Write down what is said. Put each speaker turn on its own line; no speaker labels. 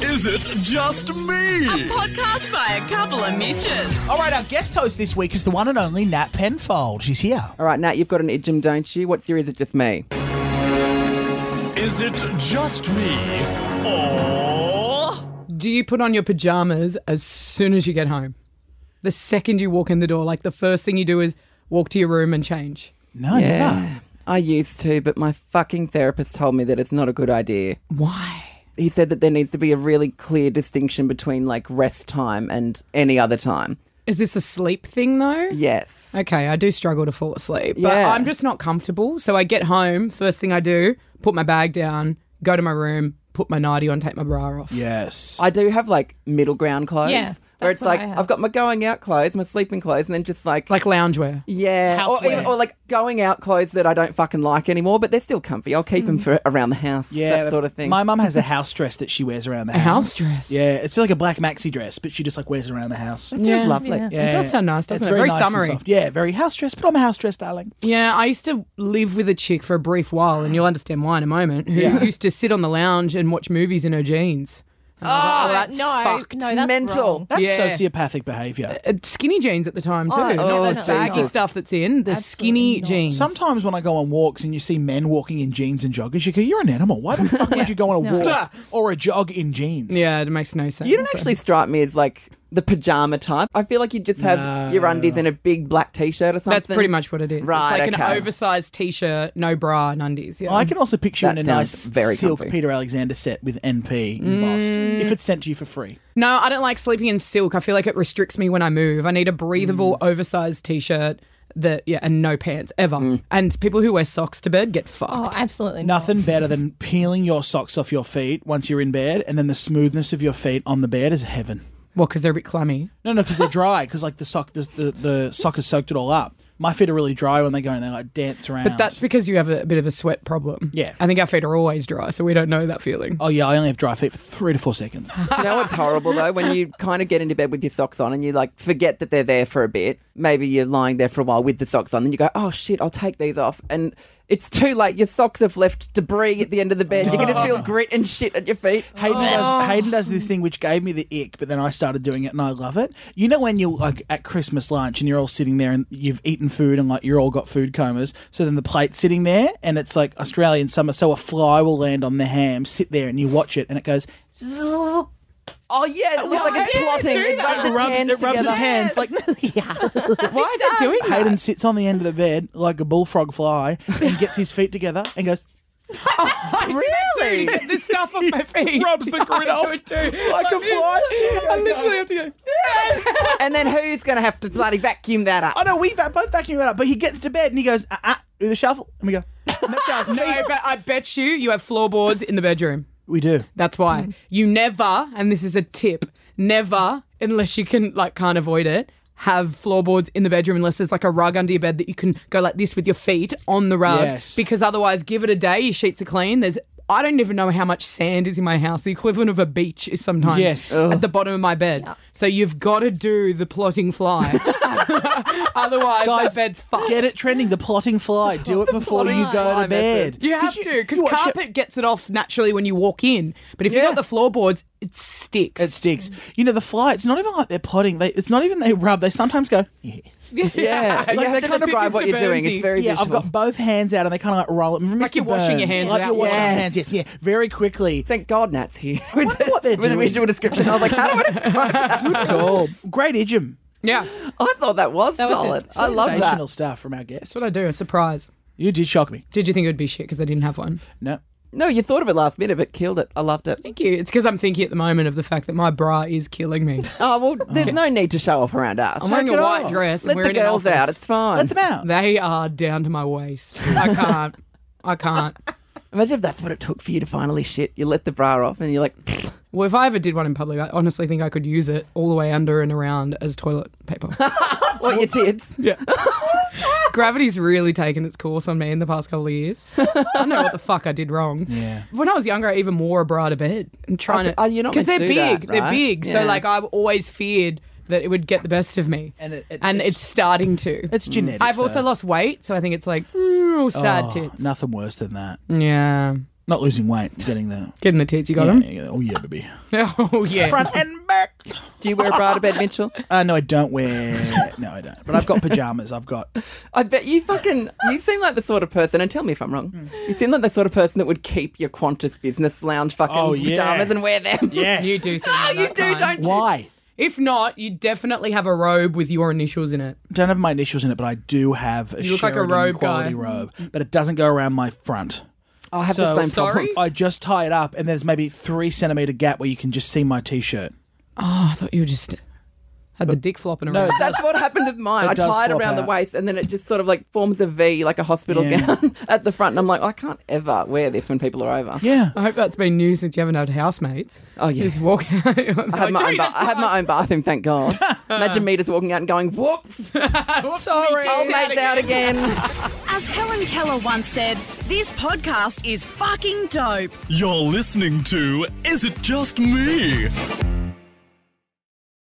Is it just me?
Podcast by a couple of Mitches.
All right, our guest host this week is the one and only Nat Penfold. She's here.
All right, Nat, you've got an idjum, don't you? What series is it just me?
Is it just me? Or
Do you put on your pajamas as soon as you get home? The second you walk in the door, like the first thing you do is walk to your room and change.
No, never.
I used to, but my fucking therapist told me that it's not a good idea.
Why?
He said that there needs to be a really clear distinction between like rest time and any other time.
Is this a sleep thing though?
Yes.
Okay, I do struggle to fall asleep, but
Yeah.
I'm just not comfortable. So I get home, first thing I do, put my bag down, go to my room, put my nightie on, take my bra off.
Yes.
I do have like middle ground clothes
Yeah,
where
that's
it's
what
like
I have.
I've got my going out clothes, my sleeping clothes, and then just like
Like loungewear.
yeah, or,
housewear.
even- or like going out clothes that I don't fucking like anymore, but they're still comfy. I'll keep them
Mm.
for around the house, that sort of thing.
My mum has a house dress that she wears around the house.
house dress?
Yeah, it's like a black maxi dress, but she just like wears it around the house.
Sounds
Yeah.
lovely.
Yeah.
Yeah.
does sound nice,
It's
doesn't it? Very
nice and
summery.
soft. Yeah, very house dress, but I'm a house dress, darling.
Yeah, I used to live with a chick for a brief while, and you'll understand why in a moment, who used to sit on the lounge and watch movies in her jeans. And I was like,
Oh, no,
fucked."
no, that's
Mental.
wrong.
That's
Yeah.
sociopathic behaviour.
Uh, skinny jeans at the time too.
Oh, yeah,
not
that's
the
not
baggy
nice.
stuff that's in the
Absolutely
skinny
not.
jeans.
Sometimes when I go on walks and you see men walking in jeans and joggers, you go, "You're an animal. Why the fuck would you go on a walk or a jog in jeans?"
yeah, it makes no sense.
You don't actually strike me as like the pajama type. I feel like you just have your undies and a big black t-shirt or something.
That's pretty much what it is.
Right,
it's like
okay.
an oversized t-shirt, no bra and undies. Yeah.
I can also picture
That
in a nice
sounds very
silk
comfy.
Peter Alexander set with NP embossed if it's sent to you for free.
no, I don't like sleeping in silk. I feel like it restricts me when I move. I need a breathable, oversized t-shirt that yeah, and no pants ever. And people who wear socks to bed get fucked.
Oh, absolutely not.
Nothing better than peeling your socks off your feet once you're in bed, and then the smoothness of your feet on the bed is heaven.
Well, because they're a bit clammy.
No, no, because they're dry. Because like the sock, the, the the sock has soaked it all up. My feet are really dry when they go and they like dance around.
But that's because you have a, bit of a sweat problem.
Yeah.
I think our feet are always dry, so we don't know that feeling.
oh yeah, I only have dry feet for three to four seconds.
Do you know what's horrible though? When you kind of get into bed with your socks on and you like forget that they're there for a bit. Maybe you're lying there for a while with the socks on, then you go, "Oh shit, I'll take these off," and it's too late. Your socks have left debris at the end of the bed. You're gonna feel grit and shit at your feet.
Hayden does Hayden does this thing which gave me the ick, but then I started doing it and I love it. You know when you're like at Christmas lunch and you're all sitting there and you've eaten food and like you're all got food comas, so then the plate's sitting there and it's like Australian summer, so a fly will land on the ham, sit there and you watch it and it goes
Oh yeah, it looks like it's
did it
plotting.
do
It
that?
rubs
it
its
rubs,
hands
it rubs its
together.
hands like
Why is it doing that?
Hayden sits on the end of the bed like a bullfrog fly and gets his feet together and goes
Really?
Get the stuff off my feet.
rubs the grit off like a fly.
I literally have to go.
and then who's gonna have to bloody vacuum that up?
Oh no, we va- both vacuum it up, but he gets to bed and he goes, uh, uh, do the shuffle, and we go. And that's our feet.
No, but I bet you you have floorboards in the bedroom.
We do.
That's
Hmm.
why you never, and this is a tip, never, unless you can like can't avoid it, have floorboards in the bedroom unless there's like a rug under your bed that you can go like this with your feet on the rug.
Yes.
Because otherwise, give it a day. Your sheets are clean. There's I don't even know how much sand is in my house. The equivalent of a beach is sometimes
Yes.
at the bottom of my bed. So you've got to do the plotting fly. otherwise,
Guys,
that bed's fucked.
Get it trending. The plotting fly. Do it before you go
fly
to bed.
You have to, because
you watch it-
carpet gets it off naturally when you walk in. But if you've
Yeah.
got the floorboards, it sticks.
It sticks. You know the fly. It's not even like they're plotting. They, it's not even they rub. They sometimes go.
Yeah, you
Like
have
they
to
kind of
describe
fit
what
Mr.
you're doing.
Burnsy.
It's very
Yeah, I've
visual.
got both hands out, and they kind of like roll. Remember
Like
Mr.
you're washing your
Burns?
hands
Like
out.
you're washing your
Yes.
hands. Yes, yeah, very quickly.
Thank God Nat's here with,
wonder what they're
with a
doing.
visual description. I was like, how do I describe that?
Cool. Great idiom.
yeah,
I thought that was
was
solid. I love
Sensational
that.
stuff from our guest.
that's what I do. A surprise.
You did shock me.
Did you think it would be shit because I didn't have one?
No.
No, you thought of it last minute, but killed it. I loved it.
Thank you. It's because I'm thinking at the moment of the fact that my bra is killing me.
Oh well, there's no need to show off around us.
I'm wearing
Take
a
it
white
off.
dress.
Let
and
the
we're in an
girls out.
office.
It's fine.
Let them out.
They are down to my waist. I can't. I can't.
Imagine if that's what it took for you to finally shit. You let the bra off, and you're like,
Well, if I ever did one in public, I honestly think I could use it all the way under and around as toilet paper.
"What your tits?"
Yeah. Gravity's really taken its course on me in the past couple of years. I don't know what the fuck I did wrong.
Yeah.
When I was younger, I even wore a bra to bed and trying
Oh,
to.
you're not
Because they're
meant to do that,
big. They're
right?
big.
Yeah.
So, like, I've always feared that it would get the best of me.
And it- it-
and
it's-
it's, starting to.
It's genetics.
I've also
though.
lost weight, so I think it's like, ooh, sad
Oh,
tits.
Nothing worse than that.
Yeah.
Not losing weight, getting the.
Getting the tits, you got
Yeah,
them?
yeah, oh, yeah, baby.
Oh, yeah.
Front and back.
Do you wear a bra to bed, Mitchell?
Uh, no, I don't wear. No, I don't. But I've got pajamas. I've got.
I bet you fucking. You seem like the sort of person, and tell me if I'm wrong. You seem like the sort of person that would keep your Qantas business lounge fucking
Oh, yeah.
pajamas and wear them.
You do. seem
Oh,
like
you
that
do,
kind.
don't you?
Why?
If not, you definitely have a robe with your initials in it.
Don't have my initials in it, but I do have a
You look like a
Sheridan
robe
quality
guy.
robe, but it doesn't go around my front.
I have
So-
the same problem.
Sorry?
I just tie it up, and there's maybe three centimeter gap where you can just see my t-shirt.
I thought you were just had the dick flopping
No,
around.
it does-
That's what happens with mine.
It
I
does
tie it
flop
around the
out.
waist and then it just sort of like forms a V like a hospital
Yeah.
gown at the front. And I'm like, I can't ever wear this when people are over.
yeah.
I hope that's been new since you haven't had housemates.
Oh, yeah.
You just walk out.
I have, my own ba- I have my own bathroom, thank God. Imagine me just walking out and going, whoops,
Sorry.
old mate's out again.
As Helen Keller once said, this podcast is fucking dope.
You're listening to Is It Just Me?